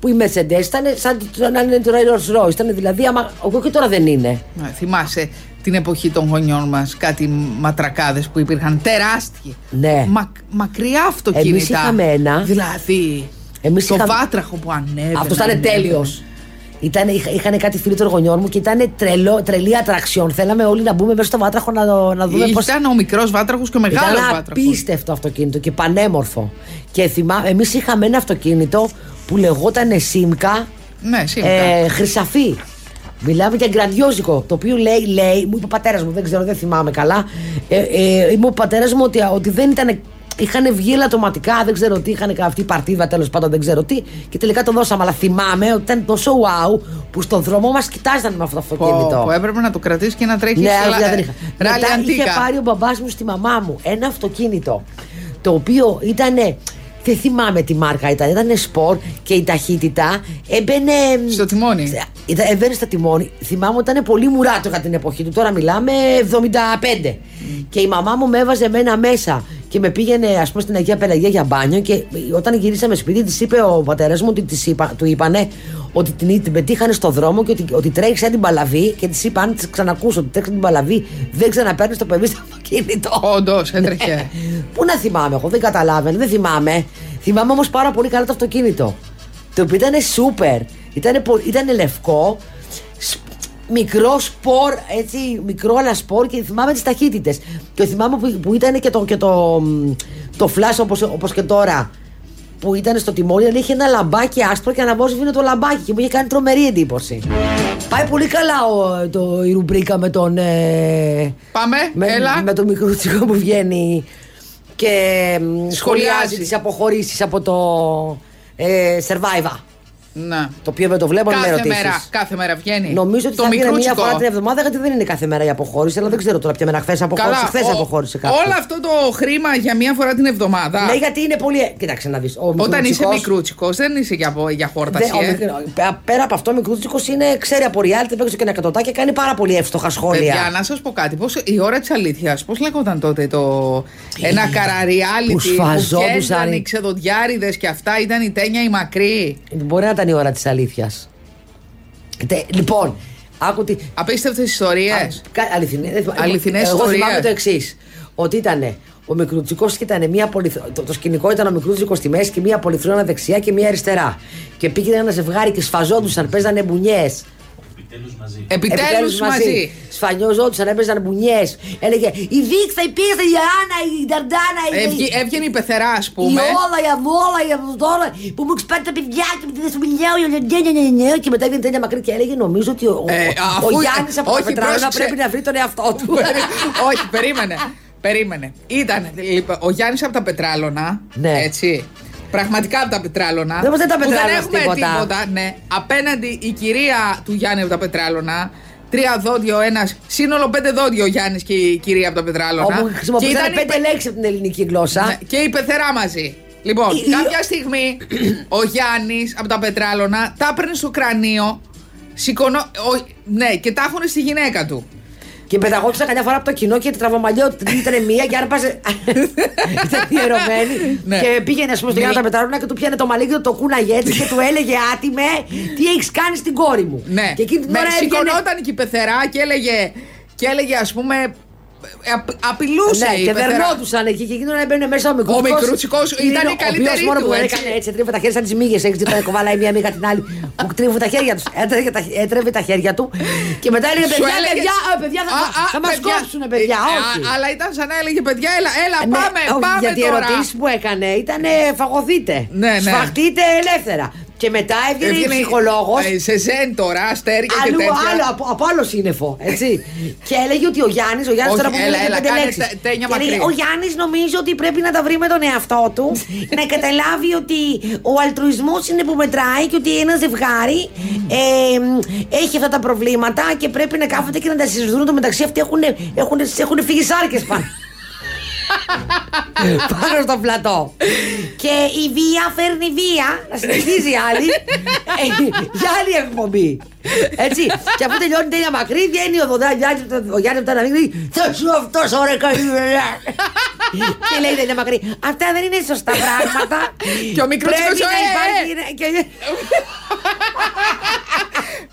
[SPEAKER 3] που η Mercedes ήταν σαν το- να είναι το Rolls Royce. Ήταν δηλαδή, άμα. Εγώ και τώρα δεν είναι.
[SPEAKER 2] Ναι, θυμάσαι την εποχή των γονιών μας, κάτι ματρακάδες που υπήρχαν τεράστιοι.
[SPEAKER 3] Ναι.
[SPEAKER 2] Μα, μακριά αυτοκίνητα.
[SPEAKER 3] Εμείς είχαμε ένα.
[SPEAKER 2] Δηλαδή.
[SPEAKER 3] Εμείς
[SPEAKER 2] το
[SPEAKER 3] είχαμε-
[SPEAKER 2] βάτραχο που ανέβαινε.
[SPEAKER 3] Αυτός ήταν
[SPEAKER 2] ανέβαινε.
[SPEAKER 3] τέλειο.
[SPEAKER 2] ναι.
[SPEAKER 3] Ήταν, είχα- είχαν κάτι φίλοι των γονιών μου και ήταν τρελό, τρελή ατραξιόν. Θέλαμε όλοι να μπούμε μέσα στο βάτραχο να, το- να δούμε πώς.
[SPEAKER 2] Ήταν ο μικρός βάτραχος και ο μεγάλος
[SPEAKER 3] Ήταν
[SPEAKER 2] βάτραχος.
[SPEAKER 3] απίστευτο αυτοκίνητο και πανέμορφο. Και θυμάμαι, εμείς είχαμε ένα αυτοκίνητο που λεγόταν Σίμκα.
[SPEAKER 2] Ναι, σίγουρα.
[SPEAKER 3] ε, χρυσαφή. Μιλάμε για γκραντιόζικο, το οποίο λέει, λέει μου είπε ο πατέρας μου, δεν ξέρω, δεν θυμάμαι καλά. Ε, ε, είπε ο πατέρας μου ότι, ότι δεν ήταν. Είχαν βγει ελαττωματικά, δεν ξέρω τι, είχαν αυτή η παρτίδα τέλος πάντων, δεν ξέρω τι. Και τελικά το δώσαμε. Αλλά θυμάμαι ότι ήταν τόσο wow που στον δρόμο μας κοιτάζαν με αυτό το αυτοκίνητο.
[SPEAKER 2] Πω, πω, έπρεπε να το κρατήσεις και να τρέχεις.
[SPEAKER 3] Ναι,
[SPEAKER 2] σε λα- ε,
[SPEAKER 3] αλλά δεν είχα.
[SPEAKER 2] ράλι
[SPEAKER 3] Μετά είχε
[SPEAKER 2] αντίκα.
[SPEAKER 3] πάρει ο μπαμπάς μου στη μαμά μου ένα αυτοκίνητο το οποίο ήταν. Δεν θυμάμαι τι μάρκα ήταν. Ήταν σπορ και η ταχύτητα έμπαινε.
[SPEAKER 2] Στο τιμόνι.
[SPEAKER 3] Ναι. Ήταν- Έμπαινε στα τιμόνι. Θυμάμαι ότι ήταν πολύ μουράτο κατά την εποχή του. Τώρα μιλάμε 75. Και η μαμά μου με έβαζε εμένα μέσα και με πήγαινε, ας πούμε, στην Αγία Πελαγία για μπάνιο. Και όταν γυρίσαμε σπίτι, της είπε ο πατέρας μου ότι της είπα, του είπανε ότι την, την πετύχανε στο δρόμο και ότι, ότι τρέχει σαν την παλαβή. Και της είπα, αν της ξανακούσω ότι τρέχει σαν την παλαβή, δεν ξαναπαίρνεις το παιδί στο αυτοκίνητο.
[SPEAKER 2] Όντως,
[SPEAKER 3] Ναι.
[SPEAKER 2] έτρεχε.
[SPEAKER 3] *laughs* Πού να θυμάμαι εγώ, δεν καταλάβαινε, δεν θυμάμαι. Θυμάμαι όμως πάρα πολύ καλά το αυτοκίνητο. Το οποίο ήταν σούπερ. Ήταν, ήτανε λευκό, σ- μικρός σπορ, έτσι, μικρό αλλά σπορ και θυμάμαι τις ταχύτητες. Και θυμάμαι που, που ήταν και το, και το, μ, το flash όπως, όπως και τώρα που ήταν στο τιμόνι, αλλά είχε ένα λαμπάκι άσπρο και αναβόσβηνε το λαμπάκι και μου είχε κάνει τρομερή εντύπωση. Πάει πολύ καλά ο, το, η ρουμπρίκα με τον. ε,
[SPEAKER 2] Πάμε,
[SPEAKER 3] με,
[SPEAKER 2] έλα.
[SPEAKER 3] με το μικρούτσικο που βγαίνει και μ, σχολιάζει
[SPEAKER 2] Σχολιάζει.
[SPEAKER 3] τις αποχωρήσεις από το ε, Survivor.
[SPEAKER 2] Να.
[SPEAKER 3] Το οποίο με το βλέπω να με
[SPEAKER 2] Κάθε
[SPEAKER 3] ρωτήσεις.
[SPEAKER 2] μέρα, κάθε μέρα βγαίνει.
[SPEAKER 3] Νομίζω ότι
[SPEAKER 2] το
[SPEAKER 3] θα βγαίνει μία
[SPEAKER 2] μικρούτσικο.
[SPEAKER 3] φορά την εβδομάδα γιατί δεν είναι κάθε μέρα η αποχώρηση, αλλά δεν ξέρω τώρα ποια μέρα χθες αποχώρησε. Χθες
[SPEAKER 2] ο-
[SPEAKER 3] αποχώρησε κάποιος.
[SPEAKER 2] Όλο αυτό το χρήμα για μία φορά την εβδομάδα.
[SPEAKER 3] Ναι, γιατί είναι πολύ. Κοίταξε να δεις.
[SPEAKER 2] Όταν είσαι μικρούτσικος, δεν είσαι για, για χόρταση. ε.
[SPEAKER 3] Πέρα από αυτό, ο μικρούτσικος είναι, ξέρει από reality, παίξει και ένα εκατοτά και κάνει πάρα πολύ εύστοχα σχόλια.
[SPEAKER 2] Παιδιά, να σας πω κάτι. Πώς, η ώρα της αλήθειας, πώς λέγονταν τότε το. ένα καραριάλι
[SPEAKER 3] που σφαζόντουσαν οι-
[SPEAKER 2] οι ξεδοντιάριδες και αυτά ήταν η τένια η μακρύ.
[SPEAKER 3] Μπορεί να ήταν η ώρα της αλήθειας. Λοιπόν, άκου τι.
[SPEAKER 2] Απίστευτες ιστορίες.
[SPEAKER 3] Αληθινέ
[SPEAKER 2] Αληθινές
[SPEAKER 3] Εγώ
[SPEAKER 2] ιστορίες.
[SPEAKER 3] θυμάμαι το εξής. Ότι ήταν ο Μικρούτσικος και ήταν μία πολυθρο- το, το σκηνικό ήταν ο Μικρούτσικος στη μέση και μία πολυθρόνα δεξιά και μία αριστερά. Και πήγαινε ένα ζευγάρι και σφαζόντουσαν, παίζανε μπουνιές.
[SPEAKER 2] Επιτέλους μαζί.
[SPEAKER 3] Σφανιόζόντουσαν, έπαιζαν μπουνιές. Έλεγε Η Δίξα, η Πίεστα, η Άννα, η Νταρντάνα, η.
[SPEAKER 2] Έβγε- Έβγαινε η πεθερά, ας
[SPEAKER 3] Η
[SPEAKER 2] Ε, πούμε.
[SPEAKER 3] όλα, η αβόλα, η αβδόλα που μου ξυπέρνει τα παιδιά και με τη δεν σου μιλάω, η Λεντένια, και μετά έβγαινε τέτοια μακρύ και έλεγε Νομίζω ότι ο, ο,
[SPEAKER 2] Ε,
[SPEAKER 3] ο,
[SPEAKER 2] αφού-
[SPEAKER 3] Γιάννης από
[SPEAKER 2] όχι,
[SPEAKER 3] τα Πετράνα
[SPEAKER 2] πρόσεξε. Ε,
[SPEAKER 3] πρέπει να βρει τον εαυτό του.
[SPEAKER 2] Όχι, περίμενε. Περίμενε. Ήταν λοιπόν, ο Γιάννης από τα Πετράλωνα.
[SPEAKER 3] Ναι.
[SPEAKER 2] Έτσι. Πραγματικά από τα πετράλωνα.
[SPEAKER 3] Δεν, δεν τα
[SPEAKER 2] που
[SPEAKER 3] πετράλωνα
[SPEAKER 2] έχουμε
[SPEAKER 3] τίποτα.
[SPEAKER 2] ναι. Απέναντι η κυρία του Γιάννη από τα πετράλωνα. Τρία δόντιο, ένας. Σύνολο πέντε δόντιο ο Γιάννης και η κυρία από τα πετράλωνα.
[SPEAKER 3] Όπου χρησιμοποιούσαν
[SPEAKER 2] ήταν η
[SPEAKER 3] πέντε λέξεις από την ελληνική γλώσσα.
[SPEAKER 2] Ναι, Και η πεθερά μαζί. Λοιπόν,
[SPEAKER 3] Η- η-
[SPEAKER 2] κάποια στιγμή ο Γιάννης από τα Πετράλωνα τα έπαιρνε στο κρανίο. Σηκωνό, ο- ναι, και τα έχουν στη γυναίκα του.
[SPEAKER 3] Και πεταγόντουσαν καμιά φορά από το κοινό και τραβομαλιό την τρεμία και
[SPEAKER 2] *laughs*
[SPEAKER 3] άρπαζε. Ήταν ιερωμένη.
[SPEAKER 2] Ναι.
[SPEAKER 3] Και πήγαινε, ας πούμε, στο
[SPEAKER 2] Μι-
[SPEAKER 3] Γιάννα Πετράλωνα και του πιάνε το μαλλί και το κούναγε έτσι και του έλεγε άτιμε τι έχεις κάνει στην κόρη μου.
[SPEAKER 2] Ναι.
[SPEAKER 3] Και εκείνη την
[SPEAKER 2] Ναι,
[SPEAKER 3] ώρα έβγαινε.
[SPEAKER 2] σηκωνόταν και η πεθερά και έλεγε, και έλεγε ας πούμε, ε, απ- απειλούσε
[SPEAKER 3] Ναι,
[SPEAKER 2] η
[SPEAKER 3] και
[SPEAKER 2] πεθερά.
[SPEAKER 3] δερνόντουσαν εκεί και εκείνη την ώρα έμπαινε μέσα ο μικρούτσικο.
[SPEAKER 2] μικρούτσικος ήταν η καλύτερη
[SPEAKER 3] μόνο που
[SPEAKER 2] του,
[SPEAKER 3] δεν
[SPEAKER 2] έτσι.
[SPEAKER 3] έκανε έτσι, έτρεβε τα χέρια σαν τι μύγες. Έτσι τα κοβάλα η μία μύγα την άλλη. Μου τρίβουν τα χέρια τους. Έτρεβε, τα- έτρεβε τα χέρια του. Και μετά έλεγε
[SPEAKER 2] Σου
[SPEAKER 3] Ε, παιδιά,
[SPEAKER 2] έλεγε-
[SPEAKER 3] παιδιά, α, παιδιά θα,
[SPEAKER 2] Α, α,
[SPEAKER 3] θα μας
[SPEAKER 2] παιδιά.
[SPEAKER 3] κόψουν, παιδιά.
[SPEAKER 2] Ε, α,
[SPEAKER 3] όχι.
[SPEAKER 2] αλλά ήταν σαν να έλεγε, παιδιά, έλα, έλα
[SPEAKER 3] Ναι,
[SPEAKER 2] πάμε,
[SPEAKER 3] όχι,
[SPEAKER 2] πάμε
[SPEAKER 3] γιατί οι
[SPEAKER 2] τώρα.
[SPEAKER 3] ερωτήσεις που έκανε ήταν ε, φαγωθείτε.
[SPEAKER 2] Ναι, ναι.
[SPEAKER 3] Σφαχτείτε ελεύθερα. Και μετά έβγαινε η
[SPEAKER 2] Έβγαινε η-
[SPEAKER 3] ψυχολόγος.
[SPEAKER 2] ε, Σε ζεν τώρα, αστέρια και
[SPEAKER 3] Αλλού,
[SPEAKER 2] τέτοια.
[SPEAKER 3] άλλο, από, από άλλο σύννεφο.
[SPEAKER 2] *laughs*
[SPEAKER 3] Έτσι. και έλεγε ότι ο Γιάννης, ο Γιάννης
[SPEAKER 2] Όχι,
[SPEAKER 3] τώρα που
[SPEAKER 2] έλα,
[SPEAKER 3] μιλάει
[SPEAKER 2] έλα,
[SPEAKER 3] πέντε
[SPEAKER 2] κάνε
[SPEAKER 3] λέξεις.
[SPEAKER 2] τα- τένια
[SPEAKER 3] Και έλεγε,
[SPEAKER 2] μακρύ.
[SPEAKER 3] Ο Γιάννης νομίζει ότι πρέπει να τα βρει με τον εαυτό
[SPEAKER 2] *laughs*
[SPEAKER 3] του, να καταλάβει ότι ο αλτρουισμός είναι που μετράει και ότι ένα ζευγάρι ε, έχει αυτά τα προβλήματα και πρέπει να κάθονται και να τα συζητούν το μεταξύ αυτοί έχουν, έχουν, έχουν φύγει σάρκες πάνω. *laughs* πάνω στο πλατό. και η βία φέρνει βία, να συνεχίζει η άλλη, ε, για άλλη εκπομπή. Έτσι. και αφού τελειώνει τέλεια μακρύ, βγαίνει ο Δοντά- Γιάννης- ο Γιάννης μετά να μην Θα σου αυτό ωραία καημένα». Και λέει τέλεια μακρύ, Αυτά δεν είναι σωστά πράγματα.
[SPEAKER 2] Και ο μικρός
[SPEAKER 3] Πρέπει
[SPEAKER 2] ο,
[SPEAKER 3] να
[SPEAKER 2] «Ε, ε,
[SPEAKER 3] υπάρχει. και-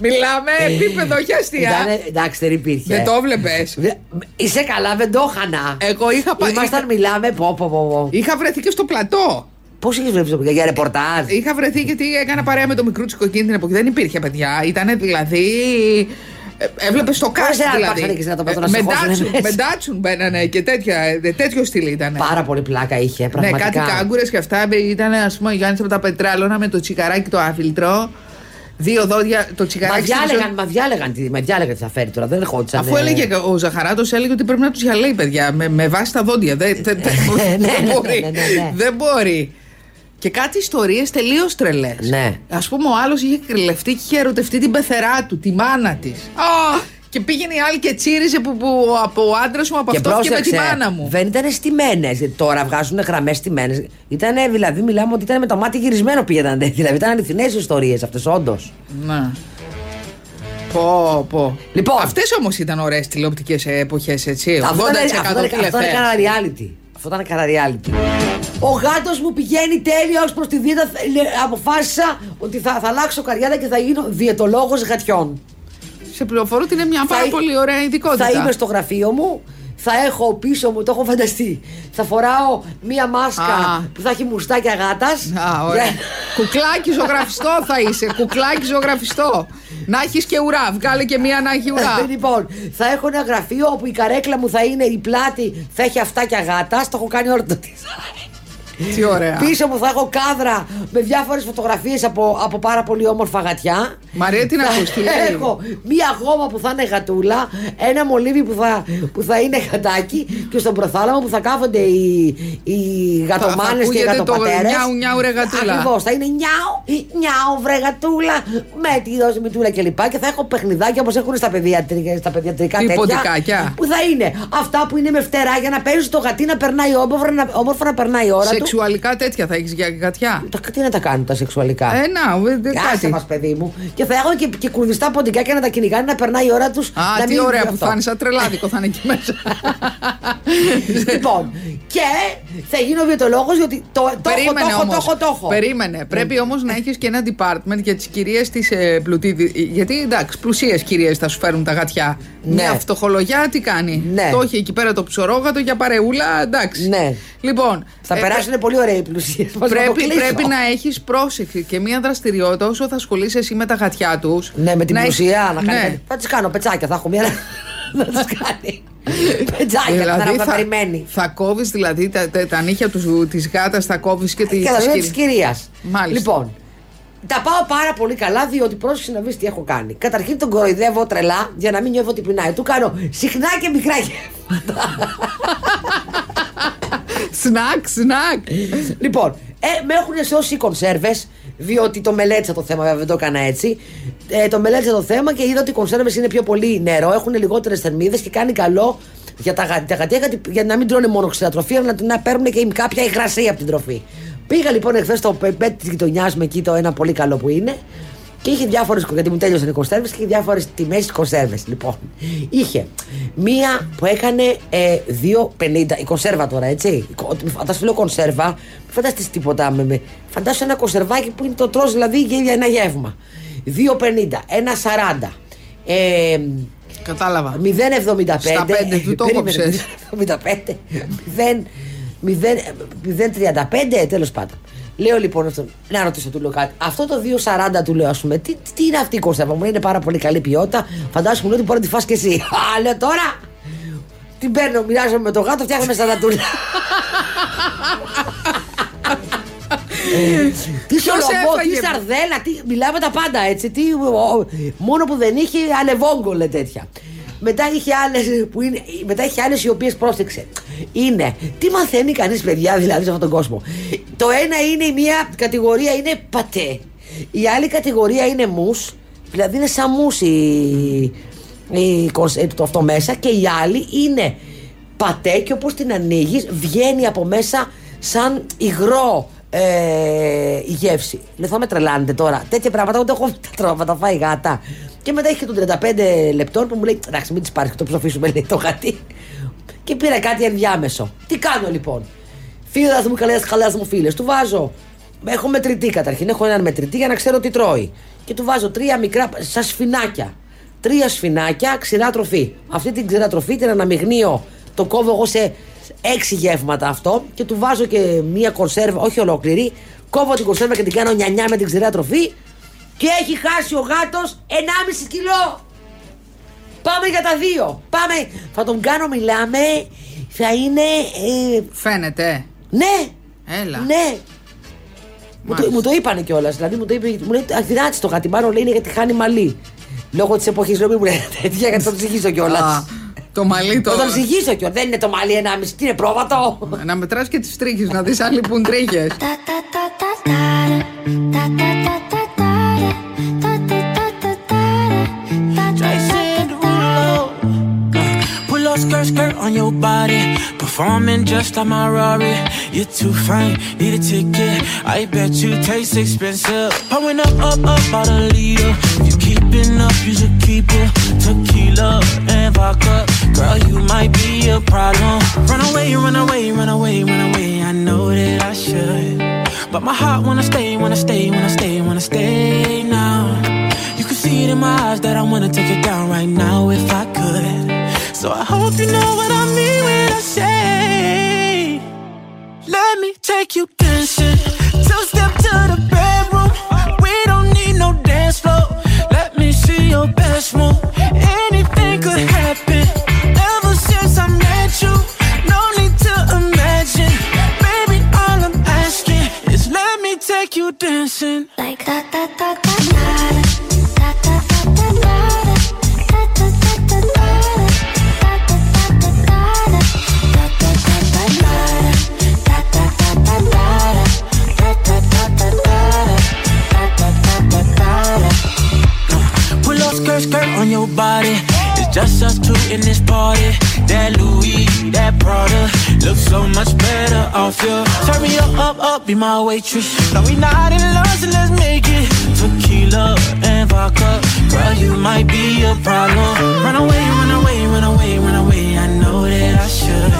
[SPEAKER 2] Μιλάμε επίπεδο, όχι
[SPEAKER 3] Ε, Ήταν, ε.
[SPEAKER 2] αστεία.
[SPEAKER 3] Εντάξει, δεν υπήρχε.
[SPEAKER 2] Δεν το Ε, βλέπε.
[SPEAKER 3] Δε- Είσαι καλά, δεν το χανά.
[SPEAKER 2] Εγώ είχα πάει.
[SPEAKER 3] Ήμασταν,
[SPEAKER 2] Είχα,
[SPEAKER 3] μιλάμε, πω, πω, πω, πω.
[SPEAKER 2] είχα βρεθεί και στο πλατό.
[SPEAKER 3] Πώς έχει βλέπει το για ρεπορτάζ.
[SPEAKER 2] Είχα βρεθεί γιατί έκανα παρέα με το μικρούτσικο εκείνη την εποχή. Δεν υπήρχε παιδιά. Ήταν δηλαδή. Έβλεπες το
[SPEAKER 3] Χωρίς
[SPEAKER 2] κάστρο.
[SPEAKER 3] να
[SPEAKER 2] Δηλαδή.
[SPEAKER 3] πάξανε και να το πάθουν να
[SPEAKER 2] Ε,
[SPEAKER 3] σε
[SPEAKER 2] με
[SPEAKER 3] χώσουνε
[SPEAKER 2] ντάτσουν-
[SPEAKER 3] μέσα.
[SPEAKER 2] Με ντάτσουν μπαίνανε και τέτοια, ε, τέτοιο στυλ ήταν.
[SPEAKER 3] Πάρα πολύ πλάκα είχε,
[SPEAKER 2] Ναι,
[SPEAKER 3] πραγματικά.
[SPEAKER 2] κάτι κάγκουρες και αυτά. Ήταν ας πούμε ο Γιάννης από τα πετράλωνα με το τσιγαράκι το άφιλτρο. Δύο δόντια το
[SPEAKER 3] Μα
[SPEAKER 2] τσιγαράκι. στην
[SPEAKER 3] διάλεγαν, μα διάλεγαν, τι- μα διάλεγαν τι θα φέρει τώρα, δεν ερχόντουσαν.
[SPEAKER 2] Αφού
[SPEAKER 3] ε.
[SPEAKER 2] έλεγε ο Ζαχαράτος, έλεγε ότι πρέπει να τους διαλέει, παιδιά, με, με βάση τα δόντια. Δεν δεν- δεν-
[SPEAKER 3] *laughs* Ναι, ναι,
[SPEAKER 2] δεν
[SPEAKER 3] ναι,
[SPEAKER 2] μπορεί.
[SPEAKER 3] ναι, ναι, ναι.
[SPEAKER 2] Δεν μπορεί. Και κάτι ιστορίες τελείως τρελές.
[SPEAKER 3] Ναι.
[SPEAKER 2] Ας πούμε, ο άλλος είχε κρυλευτεί και είχε ερωτευτεί την πεθερά του, τη μάνα της. Και πήγαινε η άλλη και τσίριζε που, που από ο άντρας μου από
[SPEAKER 3] Και
[SPEAKER 2] αυτός και με τη
[SPEAKER 3] πρόσεξε,
[SPEAKER 2] μάνα μου.
[SPEAKER 3] δεν ήταν στημένε. Τώρα βγάζουν γραμμές στημένε. Ήταν, δηλαδή, μιλάμε ότι ήταν με το μάτι γυρισμένο πήγαιναν. Δηλαδή, ήταν αληθινές ιστορίες αυτές, όντως.
[SPEAKER 2] Ναι. Πω, πω.
[SPEAKER 3] Λοιπόν.
[SPEAKER 2] Αυτές όμως ήταν ωραίες τηλεοπτικές εποχές, έτσι. 80%
[SPEAKER 3] Αυτό ήταν- αυτό ήταν- αυτό
[SPEAKER 2] τηλεθέαση.
[SPEAKER 3] ήταν κανένα reality. Αυτό ήταν κανένα reality. Ο γάτος μου πηγαίνει τέλειος προς τη δίαιτα. Θε- λέ- Αποφάσισα ότι θα, θα αλλάξω καριέρα και θα γίνω διαιτολόγος γατιών.
[SPEAKER 2] Σε πληροφορώ ότι είναι μια
[SPEAKER 3] Θα
[SPEAKER 2] πάρα
[SPEAKER 3] εί-
[SPEAKER 2] πολύ ωραία ειδικότητα.
[SPEAKER 3] Θα είμαι στο γραφείο μου, θα έχω πίσω μου, το έχω φανταστεί. Θα φοράω μία μάσκα
[SPEAKER 2] Α.
[SPEAKER 3] που θα έχει μουστάκια γάτας.
[SPEAKER 2] Α, ωραία. κουκλάκι ζωγραφιστό θα είσαι. Κουκλάκι ζωγραφιστό. Να έχεις και ουρά. Βγάλε και μία να έχει ουρά.
[SPEAKER 3] *laughs* λοιπόν, θα έχω ένα γραφείο όπου η καρέκλα μου θα είναι η πλάτη, θα έχει αυτάκια γάτα. Το έχω κάνει όλο το design.
[SPEAKER 2] Τι ωραία.
[SPEAKER 3] Πίσω μου θα έχω κάδρα με διάφορες φωτογραφίες από, από πάρα πολύ όμορφα γατιά.
[SPEAKER 2] Μαρία, τι να
[SPEAKER 3] Θα
[SPEAKER 2] ακούς, τι λέει.
[SPEAKER 3] Έχω μία γόμα που θα είναι γατούλα, ένα μολύβι που θα, που θα είναι γατάκι και στον προθάλαμο που θα κάθονται οι, οι
[SPEAKER 2] θα
[SPEAKER 3] γατομάνε και οι
[SPEAKER 2] ακούγεται το
[SPEAKER 3] γατοπατέρες.
[SPEAKER 2] νιάου, νιάου, ρε γατούλα.
[SPEAKER 3] Ακριβώς. Θα είναι νιάου, νιάου, βρε γατούλα, με τη δόση μητούλα κλπ. Και, θα έχω παιχνιδάκια όπως έχουν στα, παιδιατρικά, στα παιδιατρικά
[SPEAKER 2] Τι
[SPEAKER 3] τέτοια.
[SPEAKER 2] ποντικάκια.
[SPEAKER 3] Που θα είναι αυτά που είναι με φτερά για να παίζεις το γατί να περνάει όμορφα, να, όμορφα να περνάει η ώρα του.
[SPEAKER 2] Σεξουαλικά τέτοια θα έχεις για γατιά.
[SPEAKER 3] Τα, τι να τα κάνουν τα σεξουαλικά.
[SPEAKER 2] Ε, να, ε, δε-
[SPEAKER 3] Άσε μας
[SPEAKER 2] κάτι.
[SPEAKER 3] παιδί μου. Και θα έχω και, και κουρδιστά ποντικά και να τα κυνηγάνε να περνάει η ώρα τους.
[SPEAKER 2] Α, τι ωραία που θα είναι, σαν τρελάδικο θα είναι εκεί
[SPEAKER 3] *laughs*
[SPEAKER 2] μέσα.
[SPEAKER 3] Λοιπόν, και θα γίνω βιωτολόγος γιατί το, το έχω, το
[SPEAKER 2] Περίμενε
[SPEAKER 3] έχω,
[SPEAKER 2] όμω.
[SPEAKER 3] το έχω, το έχω.
[SPEAKER 2] Περίμενε. Πρέπει όμως να έχεις και ένα department για τις κυρίες της ε, πλουτίδη. Γιατί εντάξει, πλουσίες κυρίες θα σου φέρουν τα γατιά.
[SPEAKER 3] Ναι.
[SPEAKER 2] Μια φτωχολογιά τι κάνει.
[SPEAKER 3] Ναι.
[SPEAKER 2] Το έχει εκεί πέρα το ψωρόγατο για παρεούλα, εντάξει.
[SPEAKER 3] Ναι.
[SPEAKER 2] Λοιπόν.
[SPEAKER 3] Θα
[SPEAKER 2] ε,
[SPEAKER 3] περάσουν πολύ ωραία οι πλουσίες.
[SPEAKER 2] Πρέπει, πρέπει να έχεις πρόσεξη και μία δραστηριότητα όσο θα ασχολείσαι εσύ με τα γατιά τους.
[SPEAKER 3] Ναι, με την πλουσία να κάνει.
[SPEAKER 2] Ναι.
[SPEAKER 3] κάτι. Θα τις κάνω πετσάκια, θα έχω μια. *laughs* να τις κάνει. Πετσάκια, την ώρα που θα περιμένει.
[SPEAKER 2] Ε, δηλαδή θα κόβεις δηλαδή τα, τα, τα νύχια της γάτας, θα κόβεις και τη.
[SPEAKER 3] Και τα
[SPEAKER 2] τις
[SPEAKER 3] βιβλία
[SPEAKER 2] κύρι-
[SPEAKER 3] της κυρίας.
[SPEAKER 2] Μάλιστα.
[SPEAKER 3] Λοιπόν, τα πάω πάρα πολύ καλά, διότι πρόσεξε να δεις τι έχω κάνει. Καταρχήν τον κοροϊδεύω τρελά για να μην νιώθω ότι πεινάει. Του κάνω συχνά και μικρά γεύματα.
[SPEAKER 2] *laughs* Σνακ, σνακ.
[SPEAKER 3] λοιπόν, Ε, με έχουν σώσει οι κονσέρβες, διότι το μελέτησα το θέμα, βέβαια δεν το έκανα έτσι. Ε, το μελέτησα το θέμα και είδα ότι οι κονσέρβες είναι πιο πολύ νερό, έχουν λιγότερες θερμίδες και κάνει καλό για τα γα- τα γατιά γιατί- για να μην τρώνε μόνο ξηρά τροφή, αλλά να, να παίρνουν και κάποια υγρασία από την τροφή. Πήγα λοιπόν εχθές στο πεπέ της γειτονιάς με εκεί το ένα πολύ καλό που είναι και είχε διάφορες. Γιατί μου τέλειωσαν οι κονσέρβες και είχε διάφορες τιμές στις κονσέρβες. Λοιπόν, είχε μία που έκανε ε, 2,50 η κονσέρβα τώρα, έτσι. Φαντάσου λέω κονσέρβα, μη φανταστείς τίποτα με. με. Φαντάσου ένα κονσερβάκι που είναι το τρως δηλαδή για ένα γεύμα. 2,50, ένα 40. Ε,
[SPEAKER 2] Κατάλαβα.
[SPEAKER 3] 0,75.
[SPEAKER 2] Στα πέντε του το
[SPEAKER 3] Περίμενε,
[SPEAKER 2] κόψες.
[SPEAKER 3] 0,75. 0, 0,35 τέλος πάντων. Λέω λοιπόν αυτό, να ρωτήσω του λέω κάτι. Αυτό το 2,40 του λέω, ας πούμε, τι, τι είναι αυτή η κόσταβα μου, λέει, είναι πάρα πολύ καλή ποιότητα. Φαντάζομαι λέει, ότι μπορεί να τη φας και εσύ. *laughs* Α, λέω τώρα! Την παίρνω, μοιράζομαι με το γάτο, φτιάχνουμε σαλατούλα. τι
[SPEAKER 2] Ποιος
[SPEAKER 3] σολομό, τι
[SPEAKER 2] έφαγε?
[SPEAKER 3] σαρδέλα, τι, μιλάμε τα πάντα έτσι. Τι, ο- ο- μόνο που δεν είχε αλεβόγκολε τέτοια. Μετά είχε άλλες που είναι, μετά είχε άλλες οι οποίες πρόσεξε. Είναι. Τι μαθαίνει κανείς, παιδιά, δηλαδή σε αυτόν τον κόσμο. Το ένα είναι η μία κατηγορία είναι πατέ. Η άλλη κατηγορία είναι μους, δηλαδή είναι σαν μους η, η κονσ- ε, το αυτό μέσα και η άλλη είναι πατέ και όπως την ανοίγεις βγαίνει από μέσα σαν υγρό ε, η γεύση. Λέω θα με τρελάνετε τώρα. Τέτοια πράγματα ούτε εγώ τα τρώω, θα τα φάει η γάτα. Και μετά είχε τον 35 λεπτών που μου λέει εντάξει μην της πάρεις και το ψοφίσουμε λέει το γατί. Και πήρα κάτι ενδιάμεσο. Τι κάνω λοιπόν. Φίλε μου, καλές καλές μου φίλες, του βάζω. Έχω μετρητή καταρχήν. Έχω έναν μετρητή για να ξέρω τι τρώει. Και του βάζω τρία μικρά, σαν σφινάκια. Τρία σφινάκια ξηρά τροφή. Αυτή την ξηρά τροφή την αναμειγνύω. Το κόβω εγώ σε έξι γεύματα αυτό και του βάζω και μία κονσέρβα, όχι ολόκληρη. Κόβω την κονσέρβα και την κάνω νιανιά με την ξηρά τροφή και έχει χάσει ο γάτος 1,5 κιλό. Πάμε για τα δύο. Πάμε. Θα τον κάνω, μιλάμε. Θα είναι ε,
[SPEAKER 2] Φαίνεται.
[SPEAKER 3] ναι!
[SPEAKER 2] Έλα.
[SPEAKER 3] Ναι! Μου το,
[SPEAKER 2] Μάλιστα.
[SPEAKER 3] μου το είπανε κιόλας. Δηλαδή μου το είπε, μου λέει, Αχδινάτσι το γατιμάρο λέει είναι γιατί χάνει μαλλί. Λόγω της εποχής λέω μην μου λέτε τέτοια γιατί θα το ψυχήσω
[SPEAKER 2] Α,
[SPEAKER 3] κιόλα.
[SPEAKER 2] το μαλλί
[SPEAKER 3] Θα
[SPEAKER 2] το.
[SPEAKER 3] το ψυχήσω κιόλα. Δεν είναι το μαλλί ένα μισή, τι είναι πρόβατο.
[SPEAKER 2] Να μετράς και τις τρίχες, να δεις αν λείπουν τρίχες.
[SPEAKER 4] Tyson Rulo. Pull up skirt, skirt on your body. Performing just like my Rari. You're too fine, need a ticket. I bet you taste expensive. Pouring up, up, up, about a liter. If you keeping up, you should keep it. Tequila and vodka. Girl, you might be a problem. Run away, run away, run away, run away. I know that I should. But my heart wanna stay, wanna stay, wanna stay, wanna stay now. You can see it in my eyes that I wanna take it down right now if I could. So I hope you know what I mean when I say, Let me take you dancing. Two step to the bedroom. We don't need no dance floor. Let me see your best move. Anything could happen. Ever since I met you, no need to imagine. Baby, all I'm asking is let me take you dancing.
[SPEAKER 5] Like da da da da da da da da da da da da da da
[SPEAKER 4] Pull up skirt, skirt on your body. It's just us two in this party. That Louis, that Prada, looks so much better off you. Turn me up, up, up, be my waitress. No, we not in love, so let's make it tequila and vodka. Girl, you might be a problem. Run away, run away, run away, run away. I know that I should,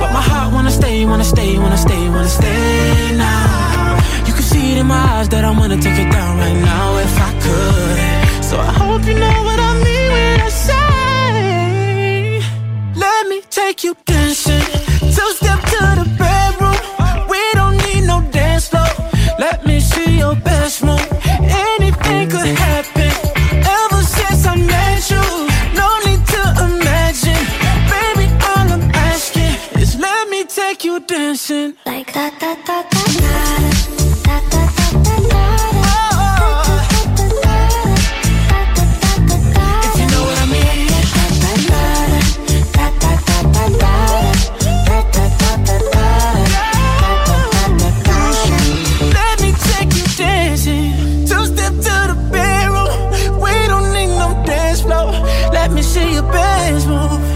[SPEAKER 4] but my heart wanna stay, wanna stay, wanna stay, wanna stay now. You can see it in my eyes that I wanna take it down right now if I could. So I hope you know what I mean when I say, Let me take you dancing. Two step to the bedroom. We don't need no dance floor. Let me see your best move. Anything could happen. Ever since I met you, no need to imagine. Baby, all I'm asking is let me take you dancing. If you know what I mean.
[SPEAKER 5] da da da da
[SPEAKER 4] your best move. Oh,